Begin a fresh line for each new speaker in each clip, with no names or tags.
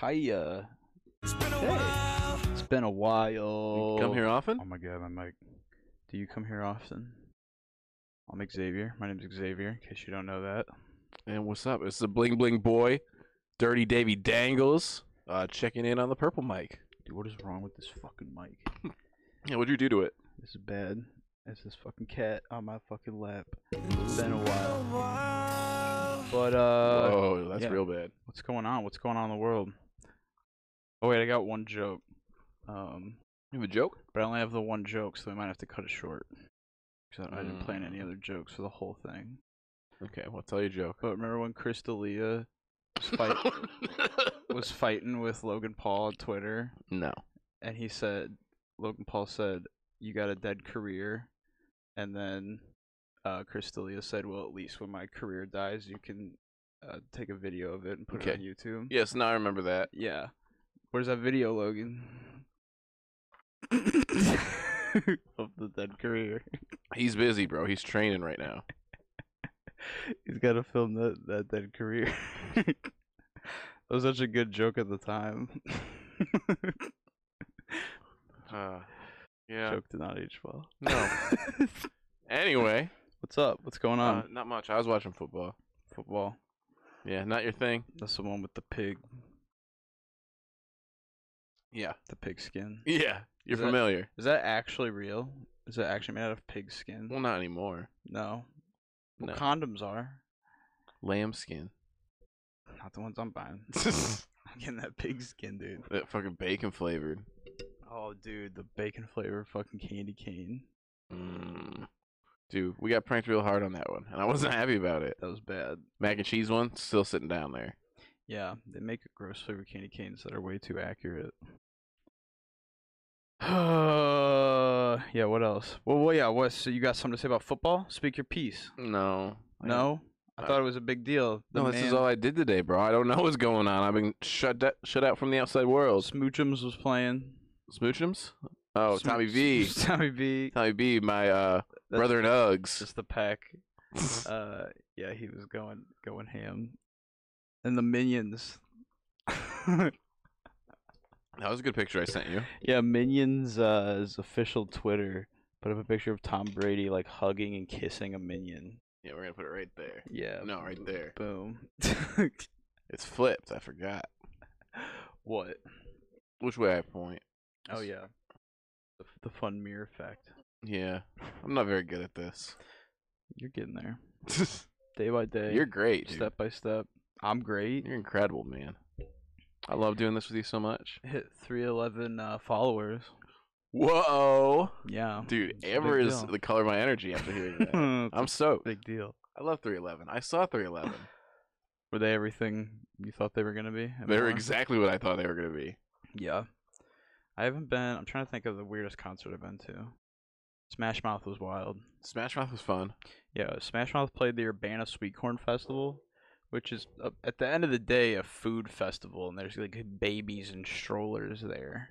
Hiya.
It's been a
Hey.
while.
It's been a while.
You Come here often?
Oh my god, I'm like, do you come here often? I'm Xavier. My name's Xavier, in case you don't know that.
And what's up? It's the Bling Bling Boy, Dirty Davy Dangles, uh, checking in on the purple mic.
Dude, what is wrong with this fucking mic?
Yeah, what'd you do to it?
This is bad. It's this fucking cat on my fucking lap. It's been a while. But, uh,
oh, that's
yeah.
real bad.
what's going on? What's going on in the world? Oh, wait, I got one joke. Um,
You have a joke?
but I only have the one joke, so we might have to cut it short. Because I, I didn't plan any
Mm.
other jokes for the whole thing.
Okay, well, tell you a joke.
But remember when Chris D'Elia was, fight, was fighting with Logan Paul on Twitter,
no.
and he said, Logan Paul said, "You got a dead career," and then uh, Chris D'Elia said, "Well, at least when my career dies, you can uh, take a video of it and put it on
Okay.
YouTube."
Yes, now I remember that.
Yeah. Where's that video, Logan? of the dead career.
He's busy, bro. He's training right now.
He's got to film that that dead career. that was such a good joke at the time.
Uh, yeah.
Joke did not age well.
No. Anyway,
What's up? What's going on?
uh, not much. I was watching football.
Football.
Yeah, not your thing.
That's the one with the pig,
Yeah.
the pig skin.
Yeah. You're
Is that-
familiar.
Is that actually real? Is it actually made out of pig skin?
Well, not anymore.
no. Well,
No.
condoms are.
Lambskin.
Not the ones I'm buying.
that
I'm getting that pig skin, dude.
fucking bacon flavored.
Oh, dude, the bacon flavor fucking candy cane.
Mm. Dude, we got pranked real hard on that one, and I wasn't happy about it.
That was bad.
Mac and cheese one still sitting down there.
Yeah, they make gross flavor candy canes that are way too accurate. yeah, what else? Well, well, yeah, what? So you got something to say about football? Speak your piece.
No, I-
No, I
Uh,
thought it was a big deal. The
no. This is
man-
all I did today, bro. I don't know what's going on. I've been shut da- shut out from the outside world.
Smoochums was playing.
Smoochums? Oh,
Smoo-
Tommy V.
Tommy V.
Tommy V. My uh,
That's
brother in Uggs.
Just the pack. Uh, yeah, he was going going ham. And the minions.
that was a good picture I sent you.
Yeah, Minions uh, is official Twitter put up a picture of Tom Brady like hugging and kissing a minion.
Yeah, we're gonna put it right there.
Yeah.
No, right there.
Boom.
It's flipped. I forgot
what?
which way I point.
Oh yeah. The, the fun mirror effect.
Yeah, I'm not very good at this.
You're getting there. Day by day.
You're great, dude.
step by step. I'm great.
You're incredible, man. I love doing this with you so much.
Hit 311 uh, followers.
Whoa,
Yeah.
dude!
It's a
Amber
big
is
deal.
the color of my energy after hearing that.
It's a
I'm soaked.
big deal.
I love 311. I saw 311.
Were they everything you thought they were gonna be? and
They were
more?
exactly what I thought they were gonna be.
Yeah. I haven't been. I'm trying to think of the weirdest concert I've been to. Smash Mouth was wild.
Smash Mouth was fun.
Yeah, Smash Mouth played the Urbana Sweet Corn Festival, which is uh, at the end of the day a food festival, and there's like babies and strollers there.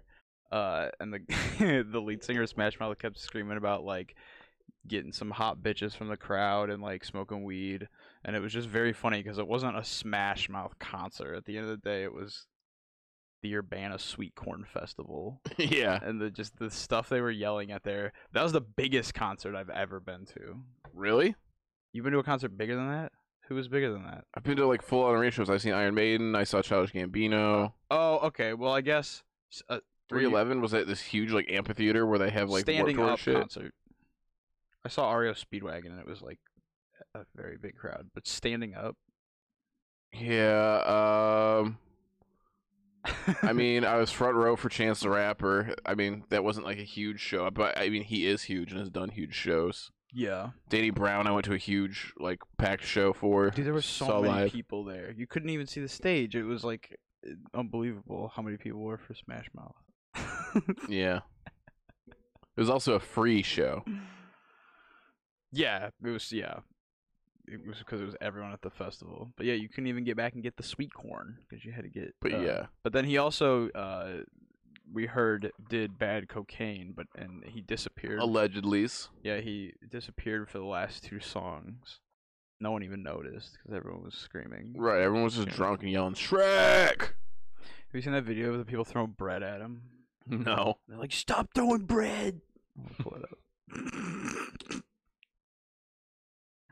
Uh, and the the lead singer of Smash Mouth kept screaming about like getting some hot bitches from the crowd and like smoking weed, and it was just very funny because it wasn't a Smash Mouth concert. At the end of the day, it was the Urbana Sweet Corn Festival
yeah,
and the just the stuff they were yelling at there. That was the biggest concert I've ever been to.
really?
You've been to a concert bigger than that? Who was bigger than that?
I've been to like full on arena shows. I've seen Iron Maiden. I saw Childish Gambino.
Oh, okay. Well, I guess s- uh, were you-
311 was at this huge like amphitheater where they have like
standing
Warped Tour
up
shit.
concert. I saw Ario Speedwagon and it was like a very big crowd, but standing up.
Yeah. Um. I mean, I was front row for Chance the Rapper. I mean, that wasn't like a huge show, but I mean, he is huge and has done huge shows.
yeah,
Danny Brown, I went to a huge like packed show for.
dude, there were so
Saw
many
live.
people there. You couldn't even see the stage. It was like unbelievable how many people were for Smash Mouth.
Yeah. It was also a free show.
yeah, it was yeah. It was because it was everyone at the festival, but yeah, you couldn't even get back and get the sweet corn because you had to get.
But
uh,
yeah,
But then he also, uh, we heard, did bad cocaine, but and he disappeared.
allegedly's.
yeah, he disappeared for the last two songs. No one even noticed because everyone was screaming.
Right, everyone was just drunk and yelling, Shrek!
you seen that video of the people throwing bread at him?
No.
They're like, "Stop throwing bread." I'll pull it up.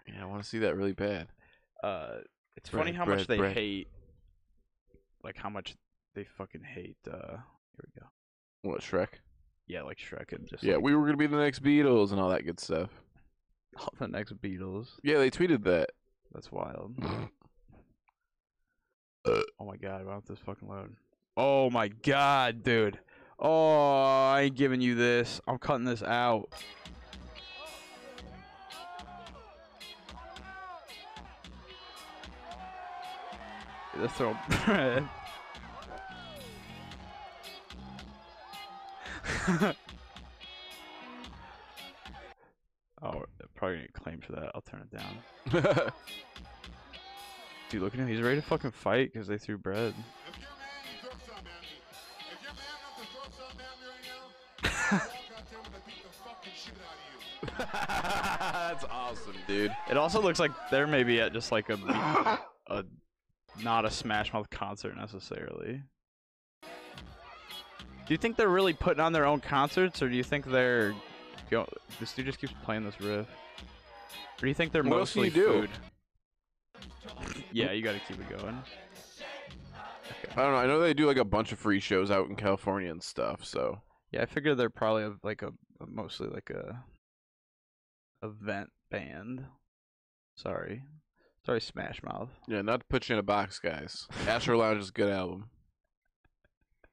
Yeah, I want to see that really bad.
uh, it's
Bread,
funny how much
bread,
they
bread.
hate, like how much they fucking hate. Uh, here we go.
What Shrek?
Yeah, like Shrek and just
Yeah,
like,
we were gonna be the next Beatles and all that good stuff.
all the next Beatles.
Yeah, they tweeted that.
That's wild. Oh my god, why don't this fucking load? Oh my god, dude. Oh, I ain't giving you this. I'm cutting this out. Let's throw bread. oh, probably gonna get claimed for that. I'll turn it down. Dude, look at him. He's ready to fucking fight because they threw bread.
If your man he took something at me, if your man wants to throw something at me right now, I'll walk out there with a beat the fucking shit out of you.
That's awesome, dude.
It also looks like they're maybe at just like a, a not a Smash Mouth concert necessarily. Do you think they're really putting on their own concerts, or do you think they're go? This dude just keeps playing this riff. Or do you think they're
What else
mostly
can you do?
food? Yeah, you got to keep it going.
I don't know. I know they do like a bunch of free shows out in California and stuff. So
Yeah, I figure they're probably a, like a a- mostly like a event band. Sorry, sorry, Smash Mouth.
yeah, not to put you in a box, guys. Astro Lounge is a good album,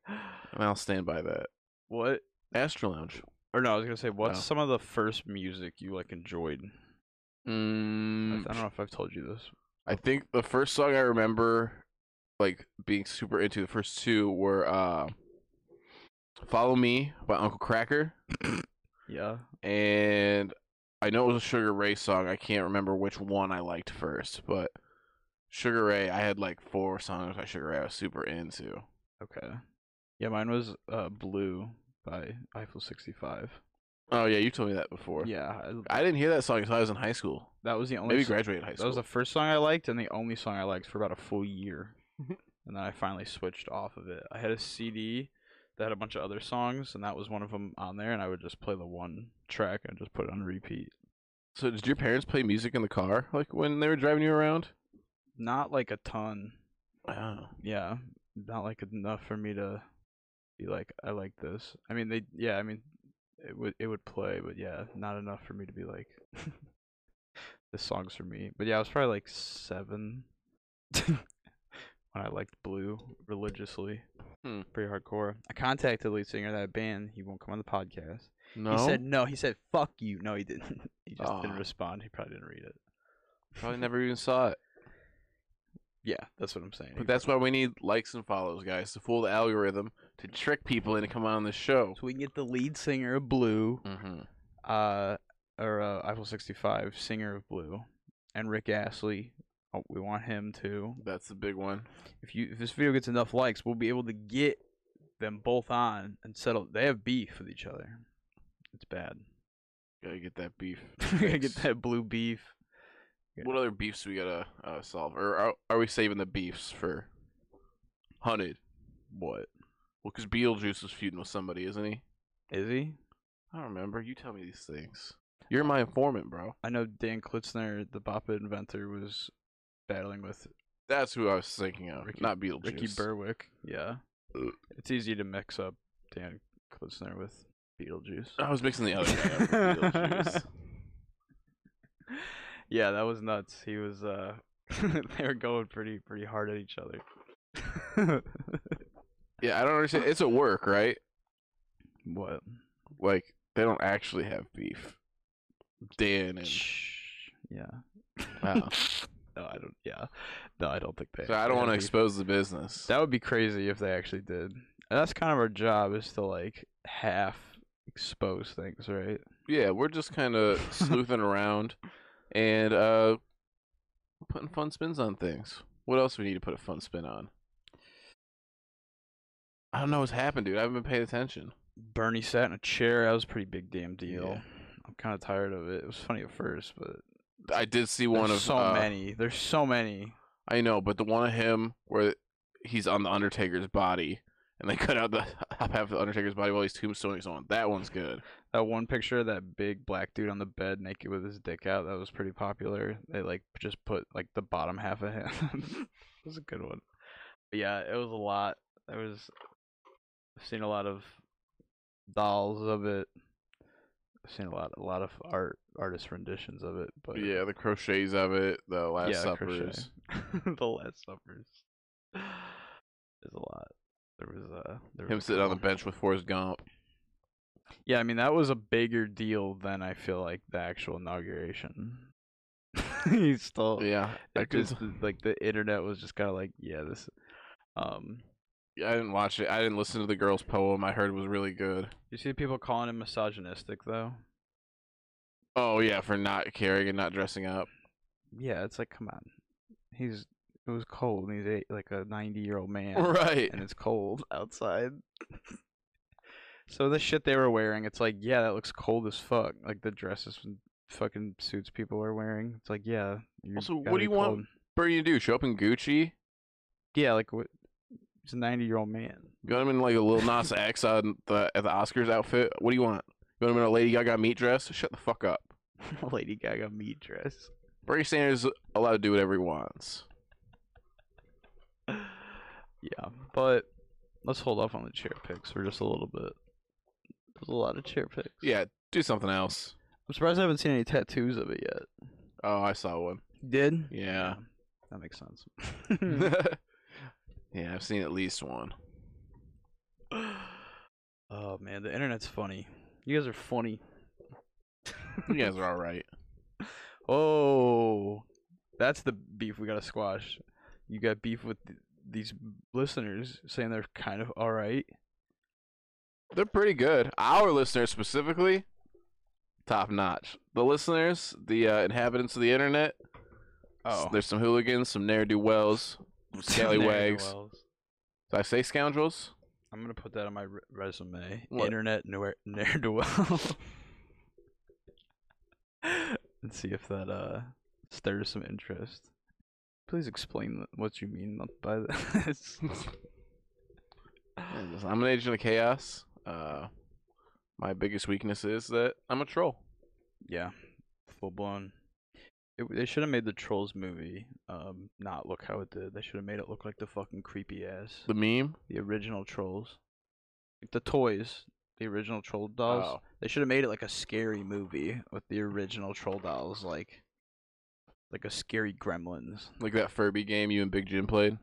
and I'll stand by that.
What
Astro Lounge.
Or no, I was gonna say, what's
No.
some of the first music you like enjoyed? I th-
Mm,
I don't know if I've told you this.
I think the first song I remember like being super into the first two were uh Follow Me by Uncle Cracker
Yeah.
and I know it was a Sugar Ray song. I can't remember which one I liked first, but Sugar Ray, I had like four songs by Sugar Ray I was super into.
Okay. Yeah, mine was uh, "Blue" by Eiffel 65.
Oh yeah, you told me that before.
Yeah, I,
I didn't hear that song until I was in high school.
that was the only.
Maybe
so-
graduated high
That
school.
was the first song I liked, and the only song I liked for about a full year. and then I finally switched off of it. I had a CD that had a bunch of other songs, and that was one of them on there. And I would just play the one track and just put it on repeat.
so did your parents play music in the car like when they were driving you around?
Not like a ton.
I don't know.
yeah, not like enough for me to be like I like this. I mean, they yeah, I mean, it would it would play, but yeah, not enough for me to be like this song's for me. But yeah, I was probably like seven when I liked Blue religiously,
Hmm.
pretty hardcore. I contacted the lead singer of that band. He won't come on the podcast.
No. Ah.
He said no. He said fuck you. No, he didn't. he just
Aw.
didn't respond. He probably didn't read it.
Probably never even saw it.
Yeah, that's what I'm saying.
But that's why we need likes and follows, guys, to fool the algorithm to trick people into coming on the show.
so we can get the lead singer of Blue
Mm-hmm.
uh, or uh, Eiffel 65, singer of Blue, and Rick Astley. Oh, we want him too.
That's the big one.
If you if this video gets enough likes, we'll be able to get them both on and settle. They have beef with each other. It's bad.
Gotta get that beef.
We gotta get
fixed.
that blue beef.
What other beefs we gotta uh, solve, or are, are we saving the beefs for hunted?
What
Well, because Beetlejuice was feuding with somebody, isn't he?
is he?
I don't remember. You tell me these things. You're my informant, bro.
I know Dan Klitzner, the Boppa inventor, was battling with
That's who I was thinking of.
Ricky-
Not Beetlejuice.
Ricky Berwick. Yeah,
Ugh.
it's easy to mix up Dan Klitzner with Beetlejuice.
I was mixing the other guy up with Beetlejuice.
yeah, that was nuts. He was uh they were going pretty pretty hard at each other.
Yeah, I don't understand. It's at work, right?
what?
Like they don't actually have beef. Dan and
Shh. Yeah.
Wow.
Oh, No, I don't yeah. No, I don't think they
So I
they
don't want to
have beef.
expose the business.
That would be crazy if they actually did. And that's kind of our job is to like half expose things, right?
yeah, we're just kind of sleuthing around and uh putting fun spins on things. What else we need to put a fun spin on? I don't know what's happened, dude. I haven't been paying attention.
Bernie sat in a chair, that was a pretty big damn deal.
Yeah.
I'm kind of tired of it. It was funny at first, but
I did see one
there's
of
so
uh,
many. There's so many.
I know, but the one of him where he's on the Undertaker's body and they cut out the top half of the Undertaker's body while he's tombstoning someone. That one's good.
That one picture of that big black dude on the bed naked with his dick out, that was pretty popular. They like just put like the bottom half of him. it was a good one. But yeah, it was a lot. There was I've seen a lot of dolls of it. I've seen a lot a lot of art artist renditions of it, but
yeah, the crochets of it, the Last
yeah, crochet.
Suppers.
the Last Suppers. There's a lot. There was uh there was
Him
a
sitting on the
couple.
bench with Forrest Gump.
Yeah, I mean that was a bigger deal than I feel like the actual inauguration. he still
Yeah, I,
it
could,
just like the internet was just kind of like yeah this um
I didn't watch it. I didn't listen to the girl's poem. I heard it was really good.
you see people calling him misogynistic though
Oh yeah, for not caring and not dressing up.
yeah it's like come on he's it was cold and he's eight, like a 90 year old man
Right.
and it's cold outside so the shit they were wearing it's like yeah that looks cold as fuck like the dresses and fucking suits people are wearing it's like yeah you
Also, what
gotta
do
be
you want-
cold.
What are you gonna do? Show up in Gucci?
yeah like what he's a 90 year old man
Got him in like a little Nas X on the at the Oscars outfit. What do you want? You want him in a Lady Gaga meat dress? Shut the fuck up.
lady gaga meat dress
Bernie Sanders is allowed to do whatever he wants.
yeah, but let's hold off on the chair picks for just a little bit. There's a lot of chair picks.
Yeah, do something else.
I'm surprised I haven't seen any tattoos of it yet.
Oh, I saw one.
Did?
Yeah.
That makes sense. Hmm.
yeah, I've seen at least one.
oh man, the internet's funny. You guys are funny.
You guys are all right.
Oh, that's the beef we gotta squash. You got beef with th- these listeners saying they're kind of all right.
They're pretty good. Our listeners specifically, top notch. The listeners, the uh, inhabitants of the internet. There's some hooligans, some ne'er do wells. scallywags.
Oh. Wells.
Did I say scoundrels?
I'm gonna put that on my re- resume.
What?
Internet ne'er do well. and see if that uh stirs some interest. Please explain th- what you mean by this.
I'm an agent of chaos. Uh, my biggest weakness is that I'm a troll.
yeah, full blown. It, they should have made the Trolls movie um not look how it did. They should have made it look like the fucking creepy ass,
The meme.
the original Trolls, like the toys, the original Troll dolls.
Oh.
They should have made it like a scary movie with the original troll dolls, like like a scary Gremlins.
Like that Furby game you and Big Jim played.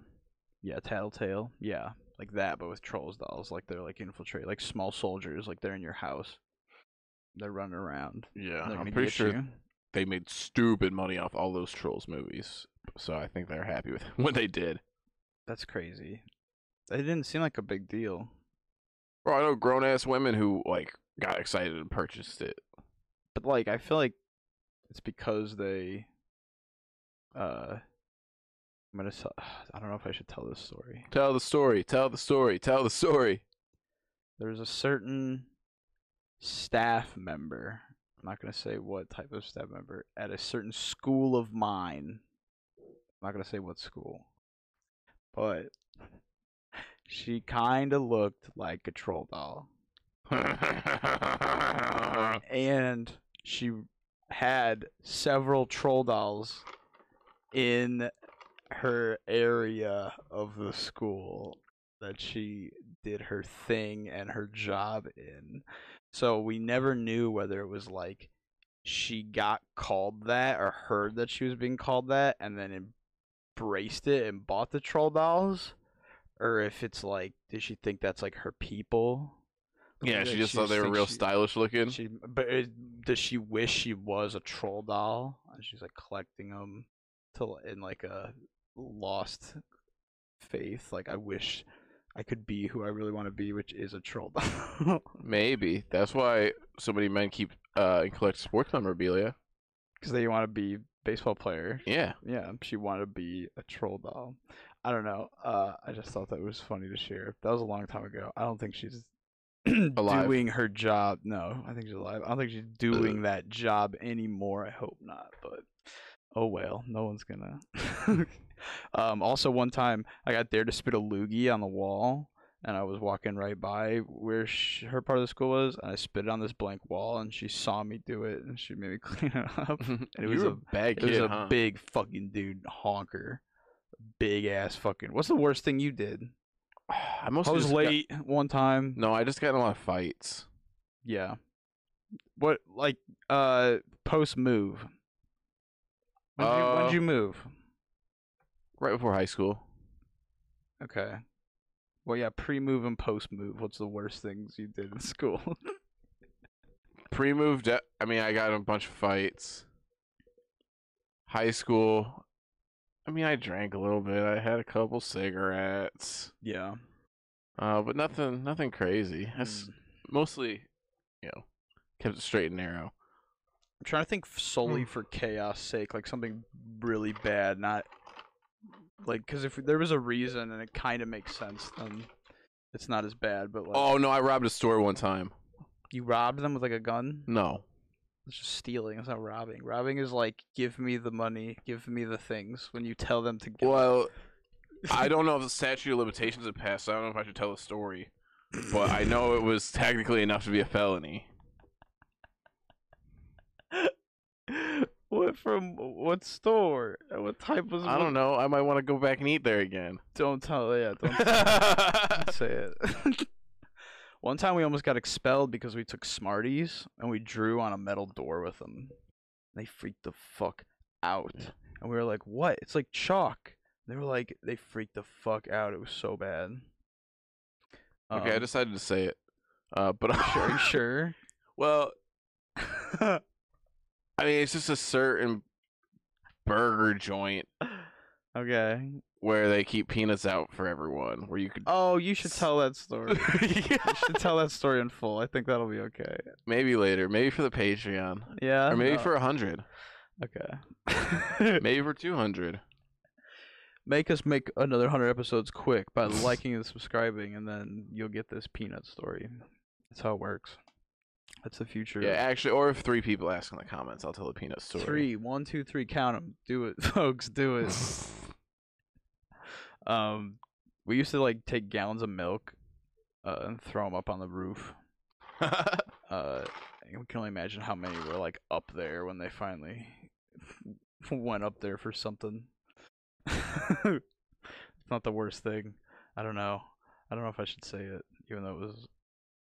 Yeah, Tattletale. Yeah, like that, but with trolls dolls. Like they're like infiltrate, like small soldiers. Like they're in your house. They're running around.
Yeah,
They're
I'm
gonna
pretty
get
sure
you.
they made stupid money off all those trolls movies. So I think they're happy with what they did.
that's crazy. It didn't seem like a big deal.
Bro, I know grown ass women who like got excited and purchased it.
but like I feel like it's because they uh I'm gonna tell, I don't know if I should tell this story.
Tell the story. Tell the story. Tell the story.
There's a certain staff member, I'm not gonna say what type of staff member, at a certain school of mine. I'm not gonna say what school. But she kinda looked like a troll doll. and she had several troll dolls in her area of the school that she did her thing and her job in. So we never knew whether it was like she got called that or heard that she was being called that and then embraced it and bought the troll dolls or if it's like did she think that's like her people?
yeah,
Like,
she just thought they were
thinks
real
she-
stylish looking.
she, but it, does she wish she was a troll doll? And she's like collecting them to in like a lost faith. Like I wish I could be who I really want to be, which is a troll doll.
Maybe that's why so many men keep uh and collect sports memorabilia.
Because they want to be baseball player.
Yeah,
Yeah, she wanted to be a troll doll. I don't know. Uh, I just thought that was funny to share. That was a long time ago. I don't think she's
Alive.
doing her job. No, I think she's alive. I don't think she's doing that job anymore. I hope not. But oh well, no one's gonna. um, also, one time I got there to spit a loogie on the wall, and I was walking right by where sh her part of the school was, and I spit it on this blank wall, and she saw me do it, and she made me clean it up. it
you
was
were
a-
bad
It was
kid,
a
huh?
big fucking dude honker, big ass fucking. What's the worst thing you did?
I
I
mostly
was
just got-
late one time.
no, I just got in a lot of fights.
Yeah. What like uh post move? When did you, when
Uh,
did you move?
right before high school.
Okay. Well, yeah, pre move and post move. What's the worst things you did in school?
Pre move, de- uh, I mean, I got in a bunch of fights. High school, I mean, I drank a little bit. I had a couple cigarettes,
yeah.
uh, but nothing, nothing crazy. That's
Mm.
mostly, you know, kept it straight and narrow.
I'm trying to think f- solely
Hmm.
for chaos sake, like something really bad, not like because if there was a reason and it kind of makes sense, then it's not as bad. But like,
Oh no, I robbed a store one time.
you robbed them with like a gun.
No,
It's just stealing. It's not robbing. Robbing is like, give me the money, give me the things. When you tell them to, give
well, I don't know if the statute of limitations had passed. So I don't know if I should tell the story, but I know it was technically enough to be a felony.
what from what store? Uh, What type was?
I
what-
don't know. I might want to go back and eat there again.
Don't tell. Yeah, don't say it. One time we almost got expelled because we took Smarties and we drew on a metal door with them. They freaked the fuck out. And we were like, what? It's like chalk. They were like, they freaked the fuck out. It was so bad.
Okay, I
Um,
decided to say it. Uh, but I'm
Are you
sure.
sure?
Well, I mean, it's just a certain burger joint
okay.
where they keep peanuts out for everyone, where you could
Oh, you should tell that story. you should tell that story in full. I think that'll be okay.
maybe later, maybe for the Patreon,
Yeah.
or maybe
no.
for a hundred,
okay.
maybe for two hundred.
make us make another 100 episodes quick by liking and subscribing and then you'll get this peanut story that's how it works that's the future
Yeah, actually, or if three people ask in the comments, I'll tell the peanut story.
three one two three count 'em. do it folks do it um we used to like take gallons of milk uh, and throw them up on the roof uh i can only imagine how many were like up there when they finally went up there for something it's not the worst thing i don't know i don't know if i should say it even though it was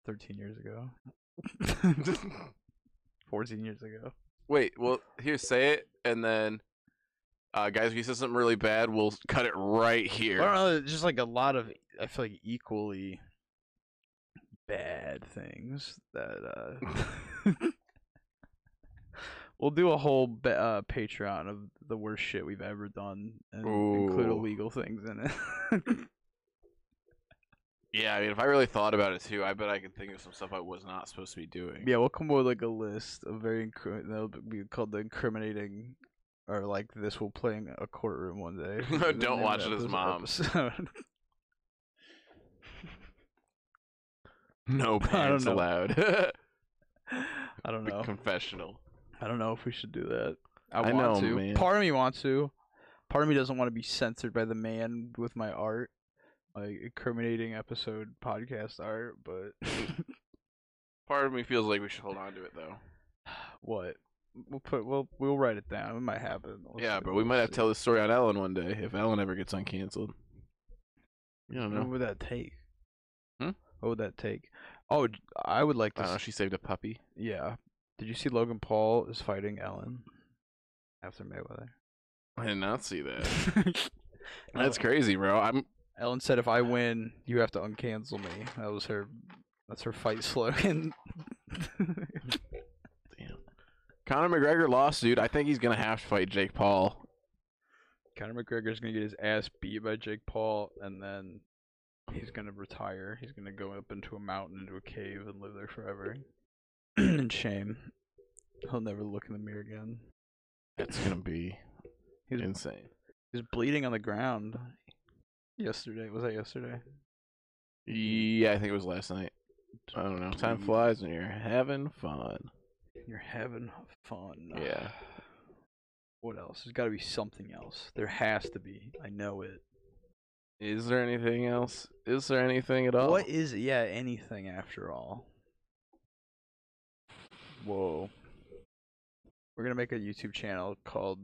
13 years ago 14 years ago
Wait, well, here, say it, and then, uh, guys, if you said something really bad, we'll cut it right
i
here.
don't know it's just like a lot of i feel like equally bad things that uh We'll do a whole ba- uh, Patreon of the worst shit we've ever done, and include
Ooh.
illegal things in it.
Yeah, I mean, if I really thought about it too, I bet I could think of some stuff I was not supposed to be doing.
Yeah, we'll come up with like a list of very incri- that'll be called the incriminating, or like this will play in a courtroom one day.
Don't
The name of
watch
that
it as
episode-
mom.
episode.
No
don't
pants
know.
allowed.
I don't
The
know.
confessional.
I don't know if we should do that. I,
I
want
know,
to.
man.
Part of me wants to. Part of me doesn't want to be censored by the man with my art, like incriminating episode podcast art. But
Part of me feels like we should hold on to it though.
what? We'll put. We'll we'll write it down. It might happen. We'll
yeah,
see-
but we
we'll
might have
see.
to tell this story on Ellen one day if Ellen ever gets uncanceled. You don't
What
know.
would that take?
Hmm?
What would that take? Oh, d- I would like
I
to.
don't know.
s-
She saved a puppy.
Yeah. Did you see Logan Paul is fighting Ellen after Mayweather?
I did not see that. That's crazy, bro. I'm.
Ellen said, "If I win, you have to uncancel me." That was her. That's her fight slogan.
Conor McGregor lost, dude. I think he's gonna have to fight Jake Paul.
Conor McGregor's gonna get his ass beat by Jake Paul, and then he's gonna retire. He's gonna go up into a mountain, into a cave, and live there forever in shame. He'll never look in the mirror again.
It's gonna be
He's
insane.
He's bleeding on the ground. Yesterday was that yesterday?
Yeah, I think it was last night. I don't know. Time
Dude.
flies when you're having fun.
You're having fun.
Yeah.
What else? There's got to be something else. There has to be. I know it.
Is there anything else? Is there anything at all?
What is yeah anything after all? Whoa. We're gonna make a YouTube channel called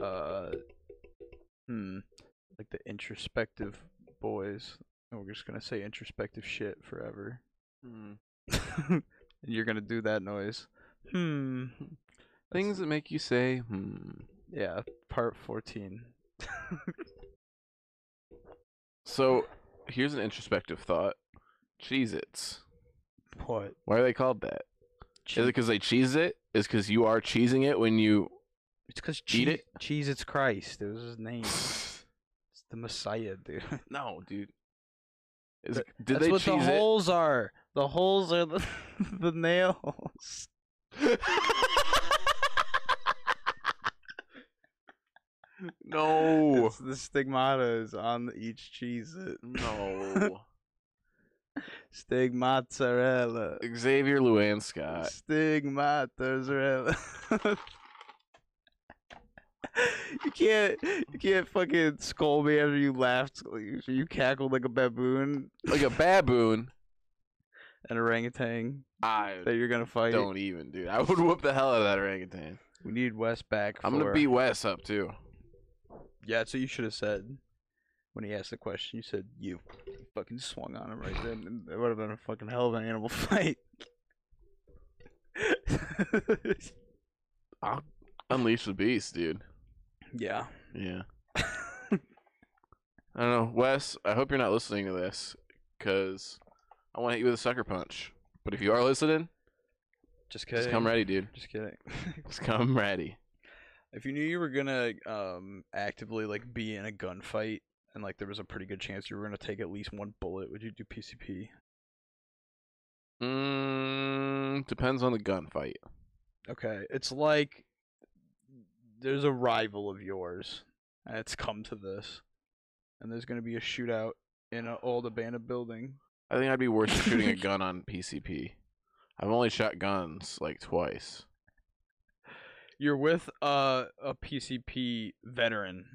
uh hmm like the introspective boys. And we're just gonna say introspective shit forever.
Hmm.
and you're gonna do that noise. Hmm.
Things that make you say, hmm.
Yeah, part fourteen.
So here's an introspective thought. Cheez Its.
What?
Why are they called that? Is it because they cheese it? Is because you are cheesing it when you.
It's because
Eat
cheese.
it?
Cheese, it's Christ. It was his name. It's the Messiah, dude.
no, dude. Is
Th-
it, did
That's
they
what
cheese
the holes are. The holes are the, the nails.
it? no.
It's- the stigmata is on each cheese. It
No.
stigmazzarella.
Xavier Luan Scott.
Stigmazzarella. you can't, you can't fucking scold me after you laughed. You cackled like a baboon,
Like a baboon.
an orangutan
I
that you're gonna fight.
don't even, dude. I would whoop the hell out of that orangutan.
We need Wes back.
I'm going
for-
to beat Wes up, too.
Yeah, that's what you should have said when he asked the question. You said you fucking swung on him right then. And it would have been a fucking hell of an animal fight.
Unleash the beast, dude.
yeah.
Yeah. I don't know, Wes. I hope you're not listening to this, cause I want to hit you with a sucker punch. But if you are listening,
Just kidding.
just come ready, dude.
Just kidding.
Just come ready.
if you knew you were gonna um actively like be in a gunfight and like there was a pretty good chance you were gonna take at least one bullet, would you do PCP?
Mm, depends on the gunfight.
Okay. It's like there's a rival of yours, and it's come to this, and there's going to be a shootout in an old abandoned building.
I think I'd be worse at shooting a gun on PCP. I've only shot guns like twice.
You're with a a PCP veteran,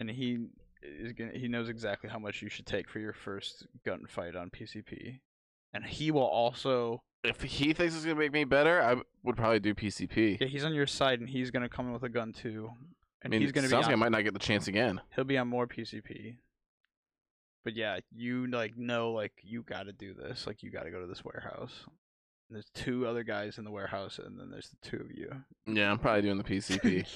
and he is gonna, he knows exactly how much you should take for your first gunfight on PCP, and he will also
If he thinks it's gonna make me better, I would probably do PCP.
yeah he's on your side, and he's going to come in with a gun too,
I
and
mean,
he's going to be
sounds
on-
like I might not get the chance again.
he'll be on more PCP. But yeah, you like know like you got to do this. Like you got to go to this warehouse. And there's two other guys in the warehouse, and then there's the two of you.
Yeah, I'm probably doing the PCP,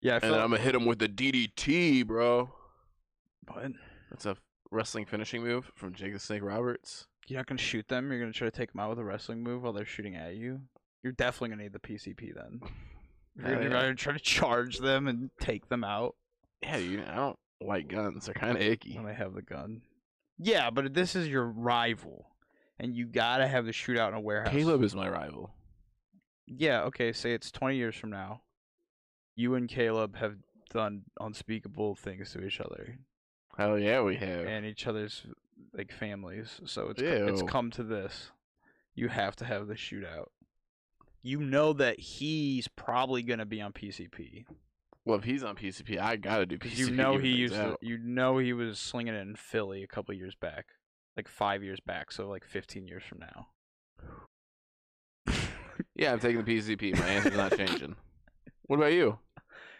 Yeah, I
and then I'm
felt.
gonna hit him with the DDT, bro.
But
That's a wrestling finishing move from Jake the Snake Roberts.
you're not gonna shoot them. You're gonna try to take them out with a wrestling move while they're shooting at you. You're definitely gonna need the PCP then. You're gonna,
Hell yeah.
you're gonna try to charge them and take them out
Yeah, you, I don't like guns. They're kind of icky.
when they have the gun. Yeah, but this is your rival, and you gotta have the shootout in a warehouse.
Caleb is my rival.
yeah, okay, say it's 20 years from now. You and Caleb have done unspeakable things to each other
Hell yeah, we have.
and each other's like families. So it's co- it's
Ew.
come to this. You have to have the shootout. You know that he's probably going to be on PCP
well, if he's on PCP, I gotta do PCP.
because you know
when
he
he's
used to,
out.
you know he was slinging it in Philly a couple years back, like 5 years back, so like 15 years from now.
Yeah, I'm taking the PCP. My answer's not changing. What about you?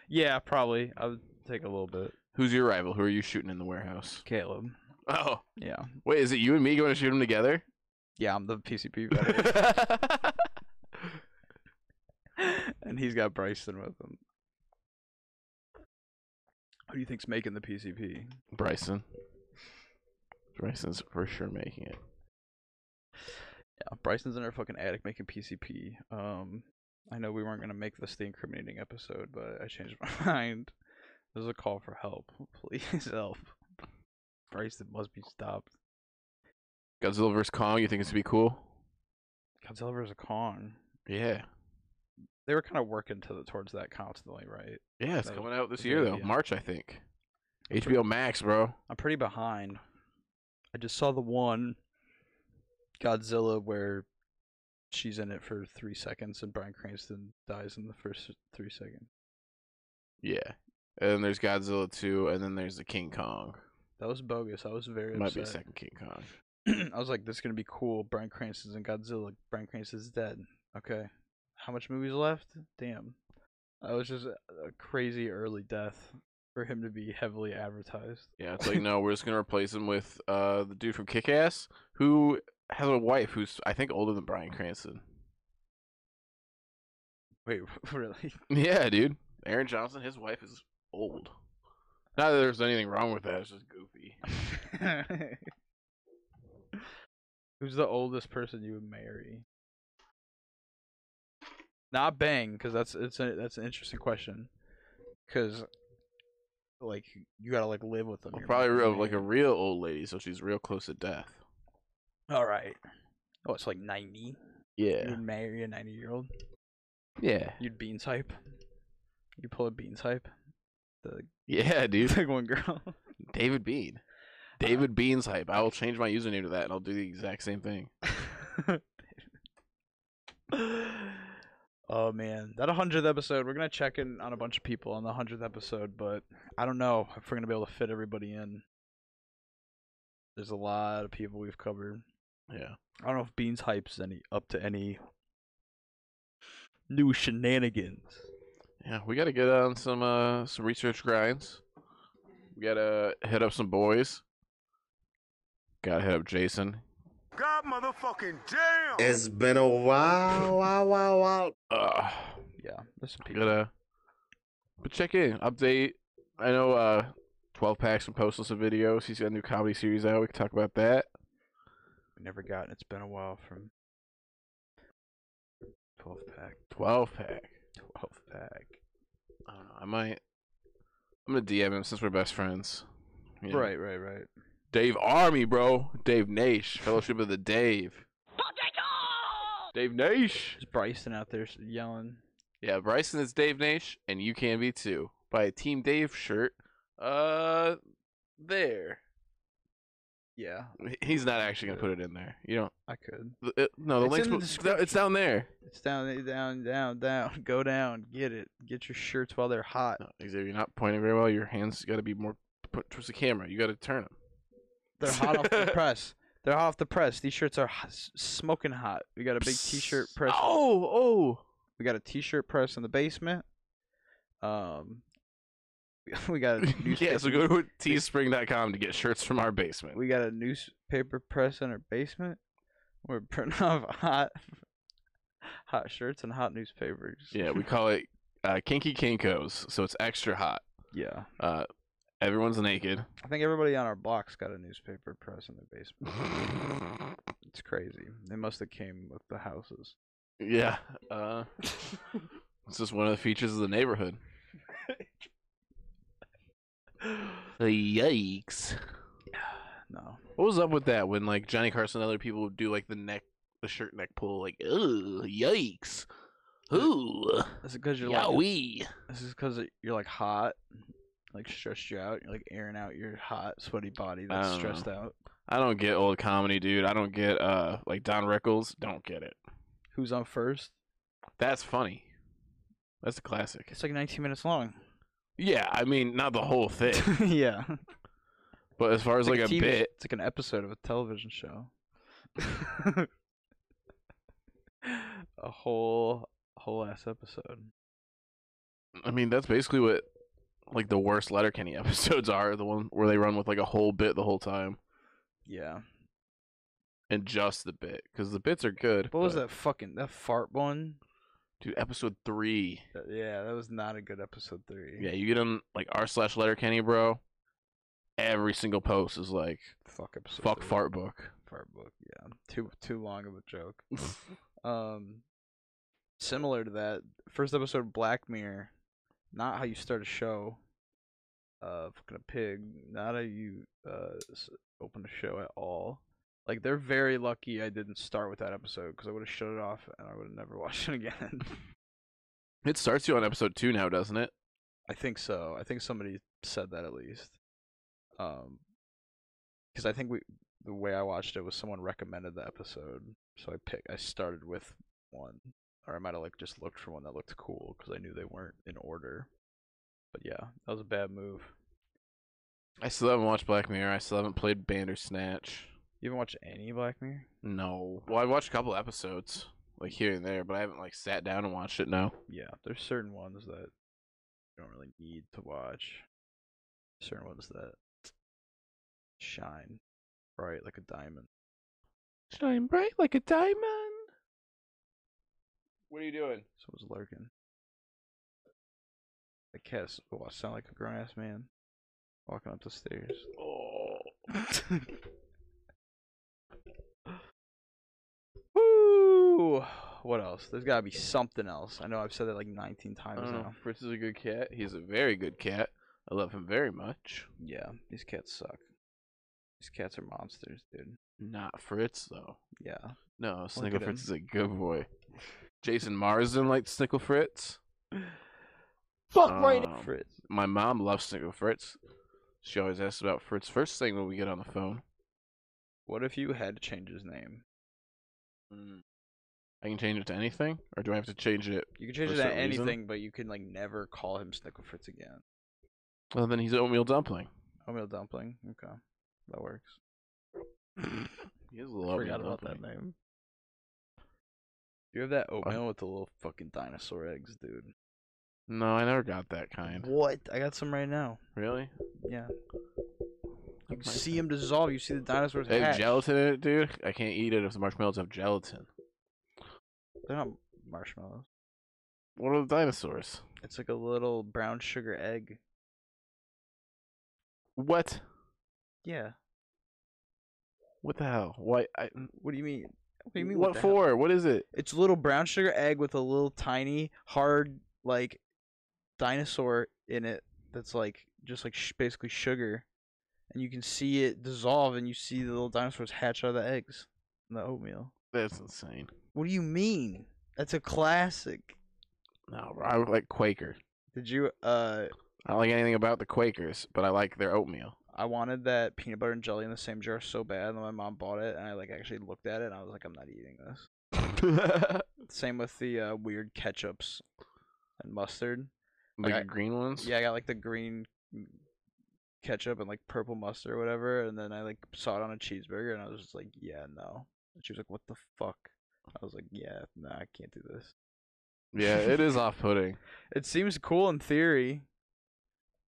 Yeah, probably. I would take a little bit.
Who's your rival? Who are you shooting in the warehouse?
Caleb.
Oh,
Yeah.
wait, is it you and me going to shoot him together?
Yeah, I'm the PCP veteran. and he's got Bryson with him. Who do you think's making the PCP?
Bryson. Bryson's for sure making it.
Yeah, Bryson's in our fucking attic making PCP. Um, I know we weren't gonna make this the incriminating episode, but I changed my mind. This is a call for help. Please help. Bryson must be stopped.
Godzilla vs Kong. You think it's gonna be cool?
Godzilla vs Kong.
Yeah.
They were kind of working to the, towards that constantly, right?
Yeah, it's
That-
coming out this
that's the
year though.
idea.
March, I think. HBO Max, bro.
I'm pretty behind. I just saw the one Godzilla where she's in it for three seconds and Brian Cranston dies in the first three seconds.
Yeah. and then there's Godzilla two, and then there's the King Kong.
That was bogus. I was very
Might be a
upset.
second King Kong.
I was like, this is gonna be cool. Brian Cranston's in Godzilla. Brian Cranston's dead. Okay, how much movies left? Damn, that was just a a crazy early death for him to be heavily advertised.
Yeah, it's like no, we're just gonna replace him with uh the dude from Kick Ass who has a wife who's I think older than Brian Cranston.
Wait, really?
Yeah, dude. Aaron Johnson, his wife is old. Not that there's anything wrong with that. It's just goofy.
Who's the oldest person you would marry? Not bang, because that's it's a, that's an interesting question. Because like you gotta like live with them.
Well,
You're
probably
not
real,
married.
like a real old lady, so she's real close to death.
All right. Oh, it's like ninety.
Yeah.
You'd marry a ninety-year-old.
Yeah.
You'd bean type. You pull a bean type. The
Yeah, dude.
big one girl.
David Bean. David Bean's hype. I will change my username to that, and I'll do the exact same thing.
oh man, that hundredth episode. We're gonna check in on a bunch of people on the hundredth episode, but I don't know if we're gonna be able to fit everybody in. There's a lot of people we've covered.
Yeah.
I don't know if Beans hypes any up to any new shenanigans.
Yeah, we gotta get on some uh some research grinds. We gotta hit up some boys. Gotta hit up Jason.
God motherfucking damn!
It's been a while, wow, wow, wow.
Uh
Yeah, there's some people.
gotta but check in. Update. I know uh twelve packs from posting some videos. He's got a new comedy series out, we can talk about that.
We never got. It's been a while from twelve pack.
Twelve pack.
Twelve pack.
I don't know. I might I'm gonna DM him since we're best friends. You know,
Right, right, right.
Dave Army, bro. Dave Nash. Fellowship of the Dave. Dave Nash.
There's Bryson out there yelling.
Yeah, Bryson is Dave Nash, and you can be too. Buy a Team Dave shirt. Uh, there.
Yeah,
He's not actually gonna put it in there. You don't.
I could.
th- it- no, the
It's
link's
in the
bu- it's down- it's down there.
It's down, eh, down, down, down. Go down. Get it. Get your shirts while they're hot.
No, Xavier, you're not pointing very well. Your hands got to be more put towards the camera. You got to turn them.
They're hot off the press. They're hot off the press. These shirts are hot, s- smoking hot. We got a big t-shirt press.
Oh, oh.
We got a t-shirt press in the basement. Um, we got a newspaper.
oh. yeah, so go to teespring.com to get shirts from our basement.
We got a newspaper press in our basement. We're printing off hot, hot shirts and hot newspapers.
yeah, we call it uh, Kinky Kinkos, so it's extra hot.
yeah.
Uh, everyone's naked.
I think everybody on our block's got a newspaper press in their basement. It's crazy. It must have came with the houses.
Yeah. Uh, it's just one of the features of the neighborhood. Yikes.
No.
What was up with that when like Johnny Carson and other people would do like the neck the shirt neck pull like ugh yikes. Ooh.
Is it because you're like
Yowee.
this is because you're like hot, like stressed you out. You're like airing out your hot, sweaty body that's
I don't
stressed out.
I don't get old comedy, dude. I don't get uh like Don Rickles, don't get it.
Who's on first?
That's funny. That's a classic.
It's like 19 minutes long.
Yeah, I mean not the whole thing.
yeah.
but as far as like, a,
TV
bit
It's like an episode of a television show. a whole whole ass episode.
I mean, that's basically what like the worst Letterkenny episodes are. The one where they run with like a whole bit the whole time
Yeah.
and just the bit because the bits are good.
What was
but-
that fucking that fart one?
Dude, episode three.
That- Yeah, that was not a good episode three.
Yeah, you get on like r slash Letterkenny, bro. Every single post is like
Fuck episode.
fuck
three.
fart book.
Fart book. Yeah. Too too long of a joke. um similar to that first episode of black mirror not how you start a show uh fucking a pig not how you uh s- open a show at all like they're very lucky i didn't start with that episode because i would have shut it off and i would have never watched it again
It starts you on episode two now, doesn't it?
i think so i think somebody said that at least um because i think we the way i watched it was someone recommended the episode so i pick i started with one or i might have like just looked for one that looked cool because i knew they weren't in order But yeah, that was a bad move.
I still haven't watched Black Mirror. I still haven't played Bandersnatch.
You haven't watched any Black Mirror?
No. Well, I watched a couple episodes, like here and there, but I haven't like sat down and watched it. No.
Yeah, there's certain ones that you don't really need to watch. Certain ones that shine bright like a diamond.
Shine bright like a diamond. What are you doing?
Someone's lurking. The cat's. Oh, I sound like a grown ass man walking up the stairs.
Oh.
Woo! What else? There's gotta be something else. I know I've said that like 19 times
Uh-huh.
now.
Fritz Oh, is a good cat. He's a very good cat. I love him very much.
Yeah, these cats suck. These cats are monsters, dude.
Not Fritz though.
Yeah.
No,
Look
Snickle
at
Fritz
him.
is a good boy. Jason Marsden liked Snickle Fritz.
Fuck right.
Um,
Fritz.
My mom loves Snickle Fritz. She always asks about Fritz first thing when we get on the phone.
What if you had to change his name? Mm.
I can change it to anything, or do I have to change it?
You can change
For
it to
certain reason?
anything, but you can like never call him Snickle Fritz again.
Well, then he's oatmeal dumpling.
Oatmeal dumpling. Okay, that works.
He is a little
Forgot
oatmeal
about that
dumpling.
name. You have that oatmeal with the little fucking dinosaur eggs, dude.
No, I never got that kind.
What? I got some right now.
Really?
Yeah. You
That's nice.
see him dissolve. You see the dinosaurs.
They have
hatch.
gelatin in it, dude. I can't eat it if the marshmallows have gelatin.
They're not marshmallows.
What are the dinosaurs?
It's like a little brown sugar egg.
What?
Yeah.
What the hell? Why? I,
Mm, What do you mean? What do you mean?
what,
the hell?
for? What is it?
It's a little brown sugar egg with a little tiny hard like dinosaur in it that's like just like sh- basically sugar, and you can see it dissolve, and you see the little dinosaurs hatch out of the eggs and the oatmeal.
That's insane.
What do you mean? That's a classic.
No, bro, I like Quaker.
Did you? Uh,
I don't like anything about the Quakers, but I like their oatmeal.
I wanted that peanut butter and jelly in the same jar so bad, and then my mom bought it, and I like actually looked at it, and I was like, I'm not eating this.
like
Same with the uh, weird ketchups and mustard. I-
the green ones.
Yeah, I got like the green ketchup and like purple mustard or whatever, and then I like saw it on a cheeseburger, and I was just like, yeah, no. And she was like, what the fuck? I was like, yeah, nah, I can't do this.
yeah, it is off-putting.
It seems cool in theory,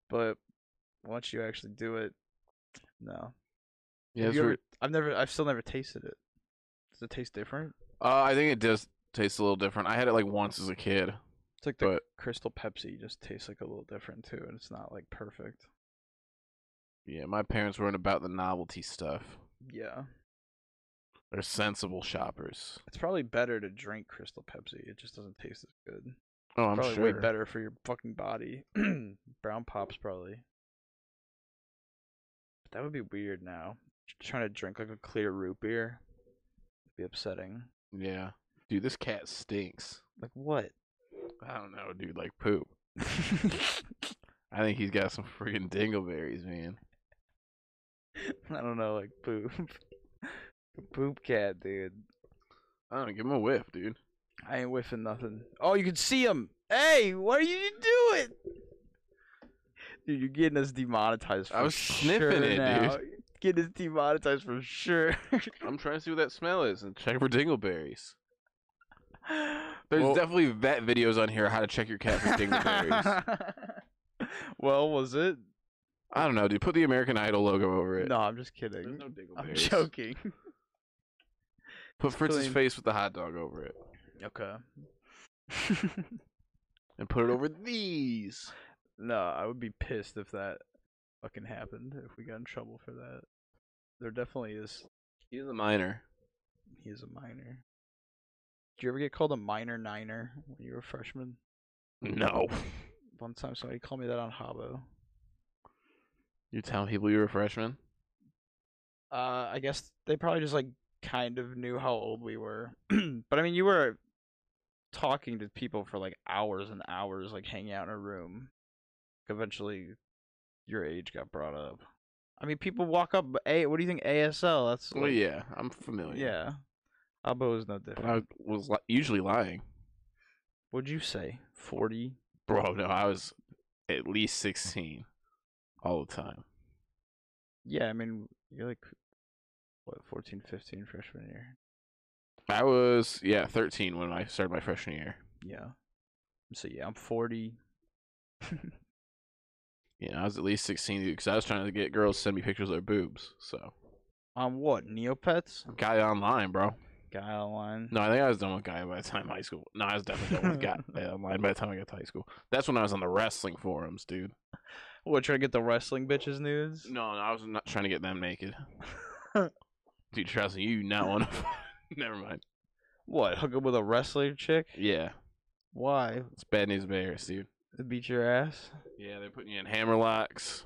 but once you actually do it, no.
Yeah,
Have
it's
you ever-
weird.
I've never, I've still never tasted it. Does it taste different?
Uh, I think it does taste a little different. I had it like once as a kid.
It's like the
But-
Crystal Pepsi just tastes like a little different too, and it's not like perfect.
Yeah, my parents weren't about the novelty stuff.
Yeah,
They're sensible shoppers.
it's probably better to drink Crystal Pepsi. It just doesn't taste as good.
Oh, I'm
probably
sure.
way better for your fucking body. Brown pops probably. But that would be weird now. Trying to drink like a clear root beer, would be upsetting.
Yeah, dude, this cat stinks.
Like what?
I don't know, dude. Like poop. I think he's got some freaking dingleberries, man.
I don't know, like poop. poop cat, dude.
I don't know. Give him a whiff, dude.
I ain't whiffing nothing. Oh, you can see him. Hey, what are you doing? Dude, you're getting us demonetized for
I was
sure
sniffing it,
now. Getting us demonetized for sure.
I'm trying to see what that smell is and check for dingleberries. There's
Well-
definitely vet videos on here how to check your cat for dingleberries.
well, was it?
I don't know, dude. Put the American Idol logo over it.
No, I'm just
There's
kidding.
no dingleberries.
I'm joking.
Put Fritz's
clean.
face with the hot dog over it,
Okay.
and put it over these.
no, I would be pissed if that fucking happened. If we got in trouble for that, there definitely is.
He's a minor.
He is a minor. Did you ever get called a minor niner when you were a freshman?
No.
One time somebody called me that on Habo.
You telling people you're a freshman?
Uh, I guess they probably just like kind of knew how old we were. but I mean, you were talking to people for like hours and hours, like hanging out in a room. Eventually, your age got brought up. I mean, people walk up. A, what do you think ASL? That's
Well,
like-
yeah, I'm familiar.
yeah. Abo is no
But
different.
I was li- usually lying.
What'd you say? Forty.
Bro, no, I was at least 16 all the time.
Yeah, I mean, you're like, what, 14, 15 freshman year?
I was, yeah, 13 when I started my freshman year.
Yeah. So, yeah, I'm 40.
You know, I was at least 16 because I was trying to get girls to send me pictures of their boobs. So,
On what? Neopets?
guy online, bro.
Guy online?
No, I think I was done with guy by the time high school. No, I was definitely done with guy uh, online by the time I got to high school. That's when I was on the wrestling forums, dude.
What, trying to get the wrestling bitches news?
No, no I was not trying to get them naked. dude, trust me, you not want to. Never mind.
What, hook up with a wrestler chick?
Yeah,
Why?
it's bad news bears, dude.
To Beat your ass?
Yeah, they're putting you in hammer locks,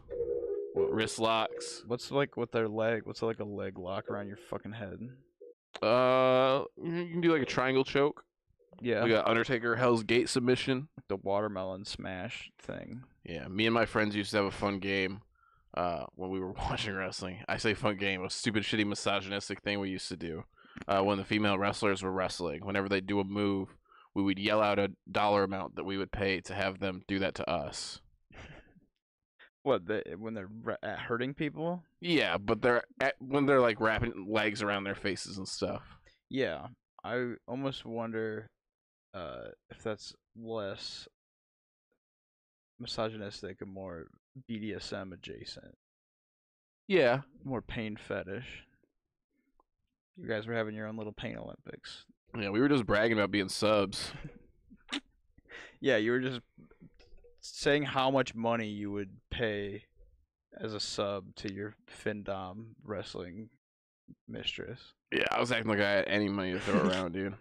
what, wrist locks.
What's like with their leg? What's like a leg lock around your fucking head?
Uh, you can do like a triangle choke.
Yeah.
We got Undertaker Hell's Gate submission.
the watermelon smash thing.
Yeah, me and my friends used to have a fun game uh, when we were watching wrestling. I say fun game, a stupid, shitty, misogynistic thing we used to do uh, when the female wrestlers were wrestling. Whenever they do a move, we would yell out a dollar amount that we would pay to have them do that to us.
What, the, when they're re- at hurting people?
Yeah, but they're at, when they're like wrapping legs around their faces and stuff.
Yeah, I almost wonder uh, if that's less misogynistic and more BDSM adjacent,
Yeah,
more pain fetish. You guys were having your own little pain Olympics.
yeah, we were just bragging about being subs.
Yeah, you were just saying how much money you would pay as a sub to your Findom wrestling mistress.
Yeah, I was acting like I had any money to throw around, dude.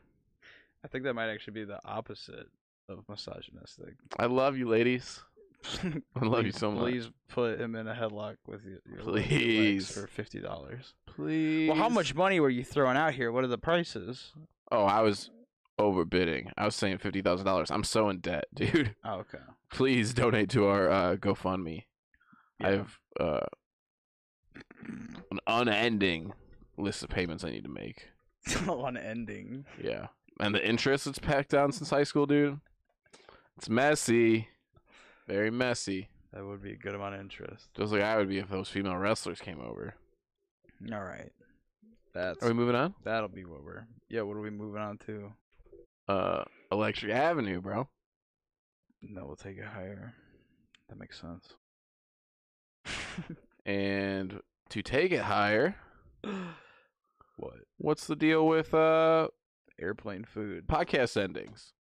I think that might actually be the opposite of misogynistic.
I love you, ladies. I love you
Please-
so much.
Please put him in a headlock with your, your le- your legs
Please.
for fifty dollars.
please.
Well, how much money were you throwing out here? What are the prices?
Oh, I was overbidding. I was saying fifty thousand dollars. I'm so in debt, dude.
Oh, okay.
Please donate to our uh, GoFundMe. I
Yeah.
have uh, an unending list of payments I need to make.
unending.
Yeah, and the interest that's packed on since high school, dude. It's messy, very messy.
That would be a good amount of interest.
Just like I would be if those female wrestlers came over.
All right. That's
Are we moving on?
that'll be what we're. Yeah. What are we moving on to?
Uh, Electric Avenue, bro.
No, we'll take it higher. That makes sense.
And to take it higher,
what
what's the deal with uh
airplane food?
podcast endings?